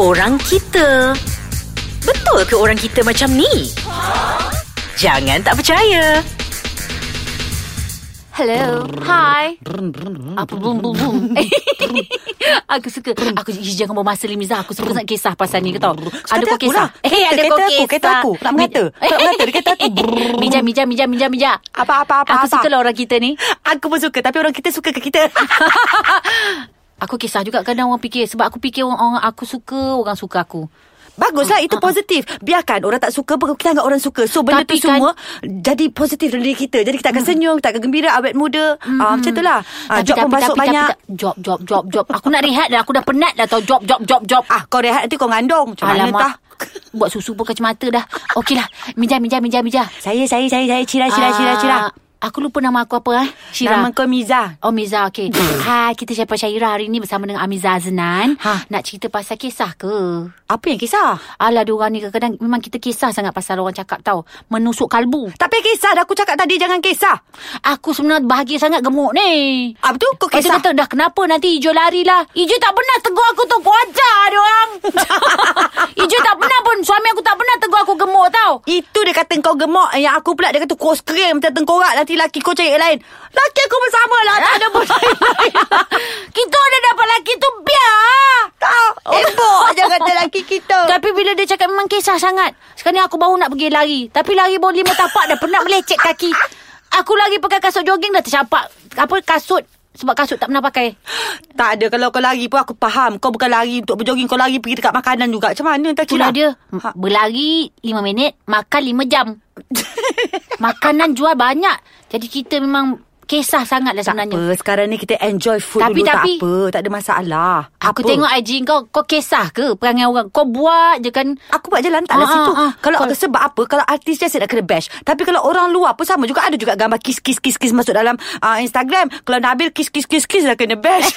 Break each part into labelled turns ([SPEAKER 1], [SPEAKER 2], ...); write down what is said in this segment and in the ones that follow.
[SPEAKER 1] orang kita. Betul ke orang kita macam ni? Jangan tak percaya.
[SPEAKER 2] Hello. Hi. Apa bum bum bum. aku suka. Aku ish, jangan buat masa Limiza. Aku suka sangat kisah pasal ni ke tau.
[SPEAKER 3] Suka
[SPEAKER 2] ada
[SPEAKER 3] hati
[SPEAKER 2] kau
[SPEAKER 3] aku lah.
[SPEAKER 2] kisah. Eh, ada
[SPEAKER 3] Kereta
[SPEAKER 2] kau
[SPEAKER 3] aku,
[SPEAKER 2] kisah.
[SPEAKER 3] kereta aku. Tak mengata. Tak mengata, dia kereta aku. Brrr.
[SPEAKER 2] Mijam, mijam, mijam, mijam, mijam.
[SPEAKER 3] Apa, apa, apa,
[SPEAKER 2] Aku
[SPEAKER 3] apa?
[SPEAKER 2] suka lah orang kita ni.
[SPEAKER 3] Aku pun suka Tapi orang kita suka ke kita
[SPEAKER 2] Aku kisah juga kadang orang fikir. Sebab aku fikir orang, orang aku suka, orang suka aku.
[SPEAKER 3] Baguslah
[SPEAKER 2] Ha,
[SPEAKER 3] Itu positif Biarkan orang tak suka pun Kita anggap orang suka So benda
[SPEAKER 2] Tapi
[SPEAKER 3] tu
[SPEAKER 2] kan- Hmm.
[SPEAKER 3] semua Jadi positif dalam diri kita Jadi kita akan senyum Kita akan gembira Awet muda Ah, Macam tu lah Ah, Job pun masuk banyak
[SPEAKER 2] tak- job, job, job, job. Aku nak rehat dah. Aku dah penat dah tau. Job, job, job, job.
[SPEAKER 3] Ah, kau rehat nanti kau ngandung Macam mana tah
[SPEAKER 2] Buat susu pun kacamata dah. Okeylah. Mijam, mijam, mijam, mijam.
[SPEAKER 3] Saya, saya, saya, saya Cira, cira, cira, cira
[SPEAKER 2] Ah, Aku lupa nama aku apa eh. Syira.
[SPEAKER 3] Nama kau Hmm. Miza
[SPEAKER 2] Oh Miza, okey. Hai, kita Syaifah Syairah hari ni bersama dengan Amiza Aznan.
[SPEAKER 3] Ha.
[SPEAKER 2] Nak cerita pasal kisah ke?
[SPEAKER 3] Apa yang kisah?
[SPEAKER 2] Alah, diorang ni kadang-kadang memang kita kisah sangat pasal orang cakap tau. Menusuk kalbu.
[SPEAKER 3] Tak payah kisah Dah aku cakap tadi Jangan kisah
[SPEAKER 2] Aku sebenarnya bahagia sangat gemuk ni.
[SPEAKER 3] Apa tu? Kau
[SPEAKER 2] Lepas tu
[SPEAKER 3] kisah
[SPEAKER 2] kata, dah kenapa nanti Ijo lari lah. Ijo tak pernah tegur aku tu. Aku ajar dia orang. Ijo tak pernah pun. Suami aku tak pernah tegur aku gemuk tau.
[SPEAKER 3] Itu dia kata kau gemuk Yang aku pula dia kata Kau skrim Macam tengkorak Nanti laki kau cari yang lain Laki aku bersama lah Tak ada pun lain
[SPEAKER 2] Kita ada dapat lelaki tu biar.
[SPEAKER 3] Tak Ebok je kata laki kita
[SPEAKER 2] Oh. Tapi bila dia cakap memang kisah sangat. Sekarang ni aku baru nak pergi lari. Tapi lari baru lima tapak dah penat melecek kaki. Aku lari pakai kasut jogging dah tercapak. Apa kasut. Sebab kasut tak pernah pakai.
[SPEAKER 3] Tak ada Kalau kau lari pun aku faham Kau bukan lari untuk berjoging Kau lari pergi dekat makanan juga Macam mana tak
[SPEAKER 2] Itulah
[SPEAKER 3] kira
[SPEAKER 2] dia.
[SPEAKER 3] ha.
[SPEAKER 2] Berlari lima minit, makan lima jam. Makanan jual banyak. Jadi kita memang kisah sangat lah
[SPEAKER 3] Tak
[SPEAKER 2] sebenarnya.
[SPEAKER 3] apa Sekarang ni kita enjoy food
[SPEAKER 2] Tapi-
[SPEAKER 3] dulu
[SPEAKER 2] tapi-
[SPEAKER 3] Tak apa Tak ada masalah
[SPEAKER 2] Aku
[SPEAKER 3] apa?
[SPEAKER 2] tengok IG kau, kau kisah ke perangai orang? Kau buat je kan.
[SPEAKER 3] Aku buat je lantak lah
[SPEAKER 2] Ah,
[SPEAKER 3] situ
[SPEAKER 2] ah, ah.
[SPEAKER 3] Kalau
[SPEAKER 2] Kalau-
[SPEAKER 3] sebab apa Kalau artis je saya nak kena bash Tapi kalau orang luar pun sama juga Ada juga gambar kiss-kiss-kiss-kiss Masuk dalam ah, Instagram Kalau Nabil kiss-kiss-kiss-kiss Dah kena bash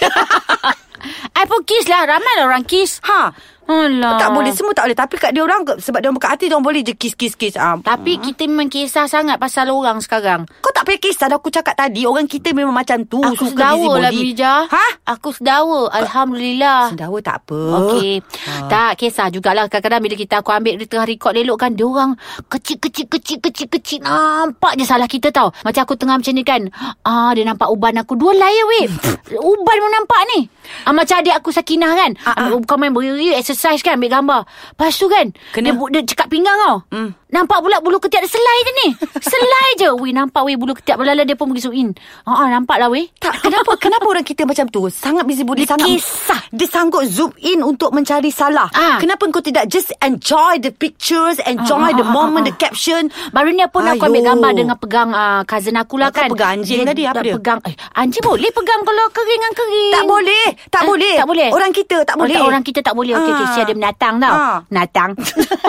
[SPEAKER 2] I pun kiss lah. Ramai lah orang kiss.
[SPEAKER 3] Ha
[SPEAKER 2] Alah.
[SPEAKER 3] Tak boleh semua tak boleh Tapi kat dia orang Sebab dia orang buka hati Dia orang boleh je kiss-kiss-kiss ah.
[SPEAKER 2] Tapi kita memang kisah sangat pasal orang sekarang.
[SPEAKER 3] Kau tak payah kisah dah Aku cakap tadi Orang kita memang macam tu
[SPEAKER 2] Aku
[SPEAKER 3] suka busy
[SPEAKER 2] sedawa lah
[SPEAKER 3] body.
[SPEAKER 2] Bija
[SPEAKER 3] Ha?
[SPEAKER 2] Aku sedawa Alhamdulillah
[SPEAKER 3] Sendawa tak apa
[SPEAKER 2] Okey
[SPEAKER 3] Ah.
[SPEAKER 2] Tak kisah jugalah Kadang-kadang bila kita Aku ambil dia tengah record elok kan Diorang Kecil-kecil-kecil-kecil-kecil Nampak je salah kita tau Macam aku tengah macam ni kan Ah Dia nampak uban aku Dua layer weh Uban pun nampak ni ah, Macam adik aku Sakinah kan
[SPEAKER 3] Ah,
[SPEAKER 2] uh Kau main beri Exercise kan Ambil gambar Lepas tu kan
[SPEAKER 3] Kena.
[SPEAKER 2] Dia, bu- dia cekat pinggang tau
[SPEAKER 3] Hmm.
[SPEAKER 2] Nampak pula bulu ketiak dia selai je ni Selai je Weh nampak weh bulu ketiak Lala dia pun pergi zoom in ah, ah, Nampak lah weh
[SPEAKER 3] tak, kenapa kenapa orang kita macam tu? Sangat busy body,
[SPEAKER 2] Dia
[SPEAKER 3] sangat Ah,
[SPEAKER 2] kisah.
[SPEAKER 3] Dia sanggup zoom in untuk mencari salah.
[SPEAKER 2] Ah.
[SPEAKER 3] Kenapa kau tidak just enjoy the pictures,
[SPEAKER 2] Ah,
[SPEAKER 3] enjoy
[SPEAKER 2] ah,
[SPEAKER 3] the
[SPEAKER 2] ah,
[SPEAKER 3] moment,
[SPEAKER 2] ah,
[SPEAKER 3] the caption?
[SPEAKER 2] Baru ni pun aku
[SPEAKER 3] Ayuh.
[SPEAKER 2] ambil gambar dengan pegang uh, cousin aku lah
[SPEAKER 3] Kau
[SPEAKER 2] kan.
[SPEAKER 3] pegang anjing tadi, apa
[SPEAKER 2] tak
[SPEAKER 3] dia?
[SPEAKER 2] Pegang, eh, anjing boleh pegang kalau kering dengan kering.
[SPEAKER 3] Tak boleh, tak
[SPEAKER 2] Eh,
[SPEAKER 3] boleh.
[SPEAKER 2] Tak boleh.
[SPEAKER 3] Orang kita tak
[SPEAKER 2] Oh,
[SPEAKER 3] boleh.
[SPEAKER 2] Orang kita tak boleh. Okey,
[SPEAKER 3] Ah.
[SPEAKER 2] okey. Syah dia menatang tau.
[SPEAKER 3] Ah.
[SPEAKER 2] Natang.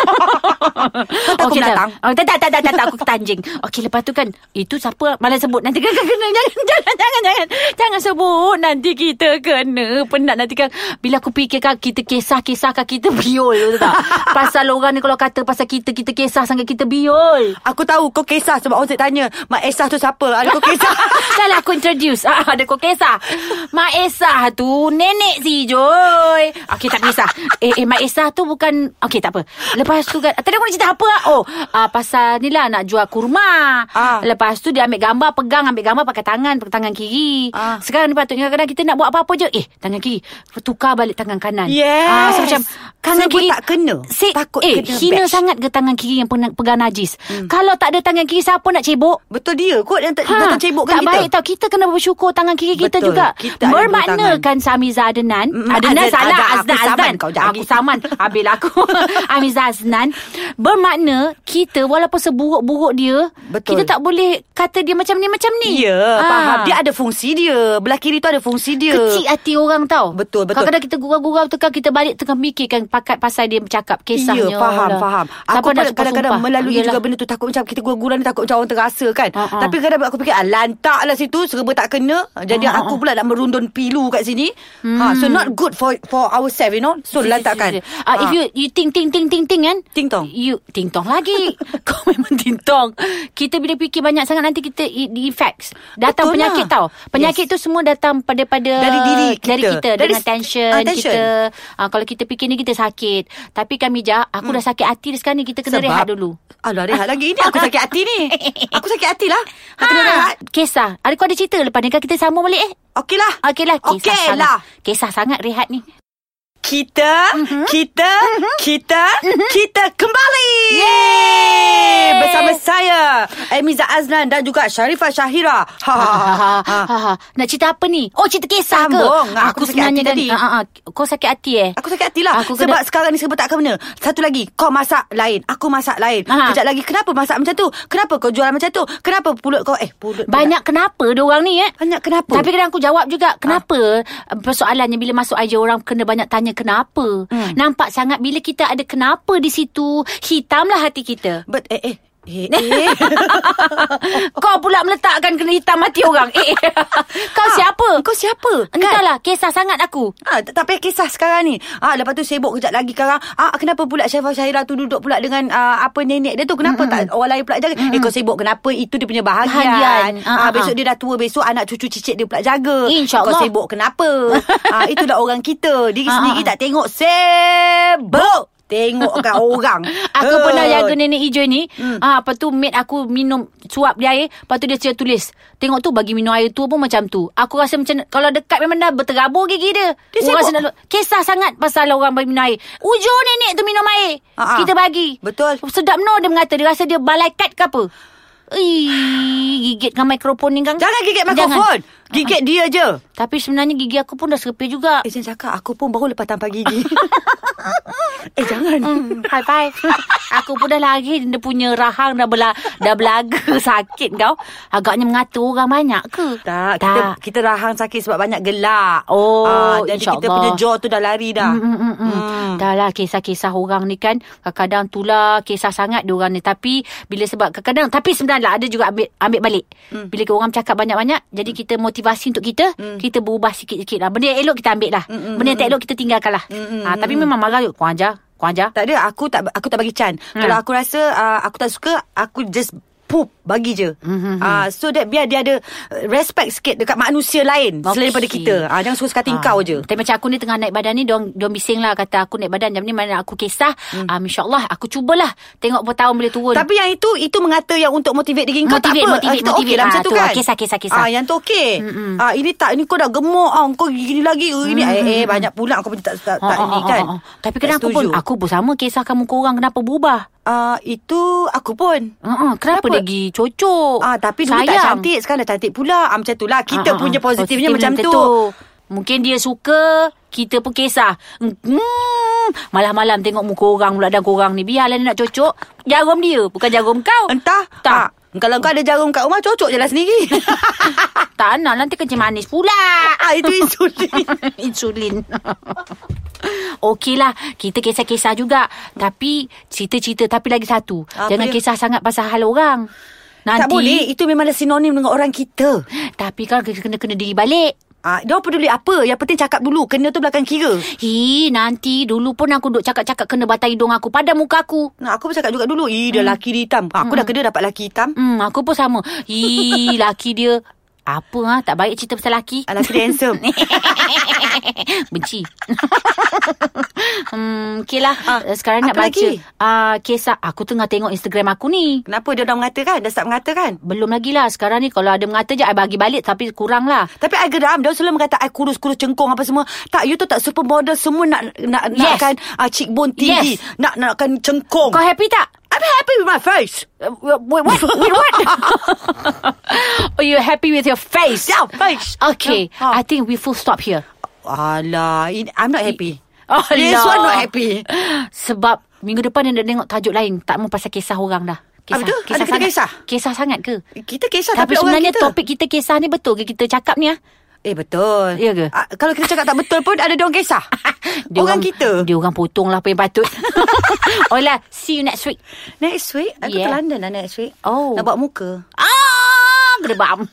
[SPEAKER 2] Kau
[SPEAKER 3] takut menatang?
[SPEAKER 2] Oh, tak, tak, tak, tak, tak, tak. Aku kata anjing. Okey, lepas tu kan. Itu siapa malah sebut. Nanti kan kena. Jangan, jangan, jangan, jangan. Jangan sebut. Nanti kita kena. Penat nanti kan. Bila aku fikirkan kita kisah-kisahkan kita biol. tu Tak? pasal orang ni kalau kata pasal kita, kita kisah sangat kita biol.
[SPEAKER 3] Aku tahu kau kisah sebab orang saya tanya, Mak Esah tu siapa? Ada kau kisah.
[SPEAKER 2] Dah lah aku introduce ah, Ada kau kisah Mak Esah tu Nenek si Joy Okey tak kisah Eh, eh Mak Esah tu bukan Okey tak apa Lepas tu kan Tadi aku nak cerita apa ah? Oh ah, Pasal ni lah Nak jual kurma
[SPEAKER 3] Ah.
[SPEAKER 2] Lepas tu dia ambil gambar Pegang ambil gambar Pakai tangan Pakai tangan kiri
[SPEAKER 3] Ah.
[SPEAKER 2] Sekarang ni patutnya Kadang-kadang kita nak buat apa-apa je Eh tangan kiri Tukar balik tangan kanan
[SPEAKER 3] Yes.
[SPEAKER 2] ah, So macam Tangan
[SPEAKER 3] Serba
[SPEAKER 2] kiri
[SPEAKER 3] tak kena.
[SPEAKER 2] si,
[SPEAKER 3] Takut
[SPEAKER 2] Eh
[SPEAKER 3] kena
[SPEAKER 2] hina
[SPEAKER 3] bash. Hmm.
[SPEAKER 2] sangat ke tangan kiri Yang pena- pegang najis Kalau tak ada tangan kiri Siapa nak cebok
[SPEAKER 3] Betul dia kot yang ha, datang cebokkan
[SPEAKER 2] tak
[SPEAKER 3] kita.
[SPEAKER 2] baik tau. Kita kena bersyukur tangan kiri kita
[SPEAKER 3] Betul.
[SPEAKER 2] juga.
[SPEAKER 3] Kita ada
[SPEAKER 2] Bermakna
[SPEAKER 3] dua tangan.
[SPEAKER 2] kan Samiza Adnan.
[SPEAKER 3] Mm,
[SPEAKER 2] Adnan
[SPEAKER 3] Azan,
[SPEAKER 2] salah.
[SPEAKER 3] Azan.
[SPEAKER 2] Aznan,
[SPEAKER 3] Aku saman
[SPEAKER 2] Aznan.
[SPEAKER 3] kau jadi.
[SPEAKER 2] Aku saman. Habis lah aku. Amiza Aznan. Bermakna kita walaupun seburuk-buruk dia.
[SPEAKER 3] Betul.
[SPEAKER 2] Kita tak boleh kata dia macam ni, macam ni. Ah.
[SPEAKER 3] Ya, faham. Dia ada fungsi dia. Belah kiri tu ada fungsi dia.
[SPEAKER 2] Kecil hati orang tau
[SPEAKER 3] Betul, betul.
[SPEAKER 2] Kadang-kadang kita gurau-gurau tu kan Kita balik tengah fikirkan Pakat pasal dia bercakap Kisahnya
[SPEAKER 3] Ya faham
[SPEAKER 2] lah.
[SPEAKER 3] faham
[SPEAKER 2] Siapa nak
[SPEAKER 3] Aku pun
[SPEAKER 2] sumpah-sumpah?
[SPEAKER 3] kadang-kadang melalui
[SPEAKER 2] Yelah.
[SPEAKER 3] juga benda tu Takut macam kita gurau-gurau ni Takut macam orang terasa kan
[SPEAKER 2] Ha, ha.
[SPEAKER 3] Tapi kadang aku fikir ah, Lantak lah situ Serba tak kena Jadi
[SPEAKER 2] Ha, Hmm. ha,
[SPEAKER 3] aku pula nak merundun pilu kat sini ha, So not good for for for ourselves, you know. So, Ha. letakkan. Ah.
[SPEAKER 2] Uh, if you you ting ting ting ting ting kan?
[SPEAKER 3] Ting tong.
[SPEAKER 2] You ting tong lagi. Kau memang ting tong. Kita bila fikir banyak sangat nanti kita i- di effects. Datang
[SPEAKER 3] Betul
[SPEAKER 2] penyakit
[SPEAKER 3] lah.
[SPEAKER 2] tau. Penyakit yes. tu semua datang pada pada
[SPEAKER 3] Dari diri kita.
[SPEAKER 2] dari kita
[SPEAKER 3] Dari
[SPEAKER 2] dengan
[SPEAKER 3] s-
[SPEAKER 2] tension,
[SPEAKER 3] ah, tension.
[SPEAKER 2] kita. Uh, kalau kita fikir ni kita sakit. Tapi kami jah, aku hmm. dah sakit hati dah sekarang ni kita kena Sebab rehat dulu.
[SPEAKER 3] Alah, rehat lagi. Ini aku sakit hati ni. Aku sakit hati lah. Ha. Kena rehat.
[SPEAKER 2] Kisah. Ada kau ada cerita lepas ni kan kita sama balik eh?
[SPEAKER 3] Okey lah.
[SPEAKER 2] Okeylah, kisah
[SPEAKER 3] Okey
[SPEAKER 2] sangat.
[SPEAKER 3] lah.
[SPEAKER 2] Kisah sangat rehat ni.
[SPEAKER 3] Kita,
[SPEAKER 2] Mhm.
[SPEAKER 3] kita, kita, kita kembali. Yeay! Bersama saya, Emiza Azlan dan juga Sharifah Syahira. Ha, ha,
[SPEAKER 2] Ha,
[SPEAKER 3] ha,
[SPEAKER 2] ha, ha, ha. Nak cerita apa ni? Oh, cerita kisah
[SPEAKER 3] Sambung.
[SPEAKER 2] ke?
[SPEAKER 3] Aku sakit hati tadi.
[SPEAKER 2] Ha, ha, ha. Kau sakit hati eh?
[SPEAKER 3] Aku sakit hati lah
[SPEAKER 2] Aku
[SPEAKER 3] Aku
[SPEAKER 2] kena-
[SPEAKER 3] Sebab sekarang ni serba tak kena Satu lagi Kau masak lain Aku masak lain
[SPEAKER 2] Aha.
[SPEAKER 3] Kejap lagi Kenapa masak macam tu Kenapa kau jual macam tu Kenapa pulut kau Eh pulut
[SPEAKER 2] Banyak kenapa diorang ni eh?
[SPEAKER 3] Banyak kenapa
[SPEAKER 2] Tapi kadang aku jawab juga
[SPEAKER 3] Ah.
[SPEAKER 2] Kenapa ha. Persoalannya bila masuk aja Orang kena banyak tanya kenapa hmm. Nampak sangat Bila kita ada kenapa di situ Hitamlah hati kita
[SPEAKER 3] But, eh eh Eh, eh.
[SPEAKER 2] Kau pula meletakkan Kena hitam hati orang eh, eh. Kau siapa?
[SPEAKER 3] Kau kan? siapa?
[SPEAKER 2] Entahlah Kisah sangat aku
[SPEAKER 3] Ah, tak, tak payah kisah sekarang ni. Ah, lepas tu sibuk kejap lagi sekarang. Ah, kenapa pula Syaifah Syahira tu duduk pula dengan ah, apa nenek dia tu? Kenapa mm-hmm. tak orang lain pula jaga? Mm-hmm. Eh, kau sibuk kenapa? Itu dia punya bahagian.
[SPEAKER 2] Bahagian. Ah,
[SPEAKER 3] Ah,
[SPEAKER 2] ah, ah.
[SPEAKER 3] besok dia dah tua, besok anak cucu cicit dia pula jaga.
[SPEAKER 2] InsyaAllah.
[SPEAKER 3] Kau sibuk kenapa? ah, itulah orang kita. Diri
[SPEAKER 2] Ah, ah,
[SPEAKER 3] sendiri
[SPEAKER 2] ah.
[SPEAKER 3] tak tengok sibuk. Tengokkan orang.
[SPEAKER 2] Aku
[SPEAKER 3] Eh.
[SPEAKER 2] pernah jaga nenek hijau ni. Hmm. Ah, apa tu mate aku minum suap dia air, lepas tu dia cakap tulis. Tengok tu bagi minum air tu pun macam tu. Aku rasa macam kalau dekat memang dah berterabur gigi dia.
[SPEAKER 3] Dia
[SPEAKER 2] orang
[SPEAKER 3] sibuk.
[SPEAKER 2] selalu kisah sangat pasal orang bagi minum air. Ujung nenek tu minum air.
[SPEAKER 3] Ah, ah.
[SPEAKER 2] Kita bagi.
[SPEAKER 3] Betul.
[SPEAKER 2] Sedap no dia mengata dia rasa dia balai kat ke apa. Ih, gigit dengan mikrofon ni kang.
[SPEAKER 3] Jangan gigit
[SPEAKER 2] Jangan.
[SPEAKER 3] mikrofon.
[SPEAKER 2] Ah,
[SPEAKER 3] Gigit dia je.
[SPEAKER 2] Tapi sebenarnya gigi aku pun dah serepih juga.
[SPEAKER 3] Eh, jangan cakap. Aku pun baru lepas tampar gigi. eh, jangan.
[SPEAKER 2] Hmm, high five. Aku pun dah lari dia punya rahang dah bela dah belaga sakit kau. Agaknya mengata orang banyak ke?
[SPEAKER 3] Tak, kita kita rahang sakit sebab banyak gelak.
[SPEAKER 2] Oh,
[SPEAKER 3] Ah, jadi kita
[SPEAKER 2] insyaAllah.
[SPEAKER 3] punya jaw tu dah lari dah.
[SPEAKER 2] Hmm, hmm, hmm, hmm. Dah lah kisah-kisah orang ni kan Kadang-kadang tu lah Kisah sangat diorang ni Tapi Bila sebab Kadang-kadang Tapi sebenarnya lah Ada juga ambil, ambil balik hmm. Bila orang cakap banyak-banyak Jadi kita motivasi untuk kita hmm. Kita berubah sikit-sikit lah Benda yang elok kita ambil lah hmm. Benda yang tak elok kita tinggalkan lah hmm. ha, Tapi memang marah yuk Kau ajar Kau ajar
[SPEAKER 3] Tak ada, aku tak aku tak bagi can.
[SPEAKER 2] Hmm.
[SPEAKER 3] Kalau aku rasa uh, aku tak suka, aku just poop bagi je.
[SPEAKER 2] Hmm, hmm,
[SPEAKER 3] Ah, so that biar dia ada uh, respect sikit dekat manusia lain okay. selain
[SPEAKER 2] Okey.
[SPEAKER 3] daripada kita. Ah, jangan suka suka hati
[SPEAKER 2] Ah,
[SPEAKER 3] kau je.
[SPEAKER 2] Tapi macam aku ni tengah naik badan ni Diorang, diorang bising lah Kata aku naik badan Jam ni mana aku kisah hmm. um, InsyaAllah aku cubalah Tengok berapa tahun boleh turun
[SPEAKER 3] Tapi yang itu itu mengata yang untuk motivate diri kau tak
[SPEAKER 2] Motivate,
[SPEAKER 3] apa.
[SPEAKER 2] motivate,
[SPEAKER 3] kita okey
[SPEAKER 2] motivate.
[SPEAKER 3] lah macam
[SPEAKER 2] Ah,
[SPEAKER 3] tu
[SPEAKER 2] tu,
[SPEAKER 3] kan.
[SPEAKER 2] ah, kisah, kisah, kisah.
[SPEAKER 3] Ah yang tu okey. Ah ini tak ini kau dah gemuk ah kau gini lagi. Oh, ini eh, eh banyak pula kau punya tak tak, tak ini kan.
[SPEAKER 2] ha, ha. Tapi kadang
[SPEAKER 3] Tak
[SPEAKER 2] aku pun
[SPEAKER 3] setuju.
[SPEAKER 2] Aku pun sama kisah kamu korang Kenapa berubah
[SPEAKER 3] Ah itu aku pun.
[SPEAKER 2] Ha, ha, kenapa,
[SPEAKER 3] Kenapa?
[SPEAKER 2] kenapa lagi cocok?
[SPEAKER 3] Ah tapi dulu Sayang. tak cantik sekarang dah cantik pula. Ah macam tulah kita
[SPEAKER 2] Ah, ah,
[SPEAKER 3] punya
[SPEAKER 2] ah.
[SPEAKER 3] positifnya
[SPEAKER 2] Positifnya
[SPEAKER 3] macam tu.
[SPEAKER 2] Mungkin dia suka, kita pun kisah. Hmm, malam-malam tengok muka orang pula dan korang ni. Biarlah dia nak cocok. Jarum dia, bukan jarum kau.
[SPEAKER 3] Entah.
[SPEAKER 2] Tak.
[SPEAKER 3] Ah, kalau kau ada jarum kat rumah cocok je lah sendiri.
[SPEAKER 2] Tak nak nanti kencing manis pula.
[SPEAKER 3] ah itu insulin.
[SPEAKER 2] Insulin. Okeylah, kita kisah-kisah juga. Tapi cerita-cerita tapi lagi satu.
[SPEAKER 3] Apa
[SPEAKER 2] Jangan
[SPEAKER 3] dia?
[SPEAKER 2] kisah sangat pasal hal orang. Nanti
[SPEAKER 3] tak boleh. Itu memang dah sinonim dengan orang kita.
[SPEAKER 2] Tapi kan kita kena kena diri balik.
[SPEAKER 3] Ah dia peduli apa? Yang penting cakap dulu. Kena tu belakang kira.
[SPEAKER 2] Hi, nanti dulu pun aku duk cakap-cakap kena batang hidung aku pada muka aku.
[SPEAKER 3] Nah, aku pun cakap juga dulu. Ih, dia laki dia hitam. Ah, aku dah kena dapat laki hitam.
[SPEAKER 2] Hmm, aku pun sama. Hi, laki dia apa ah tak baik cerita pasal laki.
[SPEAKER 3] Ah, laki dia handsome.
[SPEAKER 2] Benci. hmm, okeylah.
[SPEAKER 3] Ah,
[SPEAKER 2] Ah, Sekarang nak
[SPEAKER 3] apa
[SPEAKER 2] baca
[SPEAKER 3] lagi?
[SPEAKER 2] ah kisah aku tengah tengok Instagram aku ni.
[SPEAKER 3] Kenapa dia dah mengata kan? Dah start mengata kan?
[SPEAKER 2] Belum lagi lah Sekarang ni kalau ada mengata je I bagi balik Tapi kurang lah
[SPEAKER 3] Tapi I geram Dia selalu mengata I kurus-kurus cengkung apa semua Tak you tu tak supermodel Semua nak nak
[SPEAKER 2] Yes.
[SPEAKER 3] nakkan uh, cheekbone tinggi
[SPEAKER 2] Yes.
[SPEAKER 3] Nak nakkan cengkung
[SPEAKER 2] Kau happy tak?
[SPEAKER 3] I'm happy with my face
[SPEAKER 2] Uh, wait, what? Wait, what? Are you happy with your face?
[SPEAKER 3] Yeah, face.
[SPEAKER 2] Okay
[SPEAKER 3] Yeah. Ah.
[SPEAKER 2] I think we full stop here
[SPEAKER 3] Alah in- I'm not happy
[SPEAKER 2] Oh,
[SPEAKER 3] This
[SPEAKER 2] no.
[SPEAKER 3] one not happy
[SPEAKER 2] Sebab minggu depan dia nak tengok tajuk lain Tak mau pasal kisah orang dah Kisah,
[SPEAKER 3] Apa tu? Ah, Ada kita
[SPEAKER 2] sangat.
[SPEAKER 3] kisah?
[SPEAKER 2] Kisah sangat ke?
[SPEAKER 3] Kita kisah
[SPEAKER 2] Tapi,
[SPEAKER 3] Tapi, orang
[SPEAKER 2] sebenarnya
[SPEAKER 3] kita.
[SPEAKER 2] topik kita kisah ni betul ke kita cakap ni ah?
[SPEAKER 3] Eh betul
[SPEAKER 2] Ya ke?
[SPEAKER 3] Ah, Kalau kita cakap tak betul pun Ada diorang kisah
[SPEAKER 2] Dia
[SPEAKER 3] Orang kita
[SPEAKER 2] Dia orang potong lah apa yang patut Oh lah See you next week
[SPEAKER 3] Next week Aku
[SPEAKER 2] Yeah.
[SPEAKER 3] ke London lah next week
[SPEAKER 2] Oh.
[SPEAKER 3] Nak buat muka
[SPEAKER 2] Ah Gedebam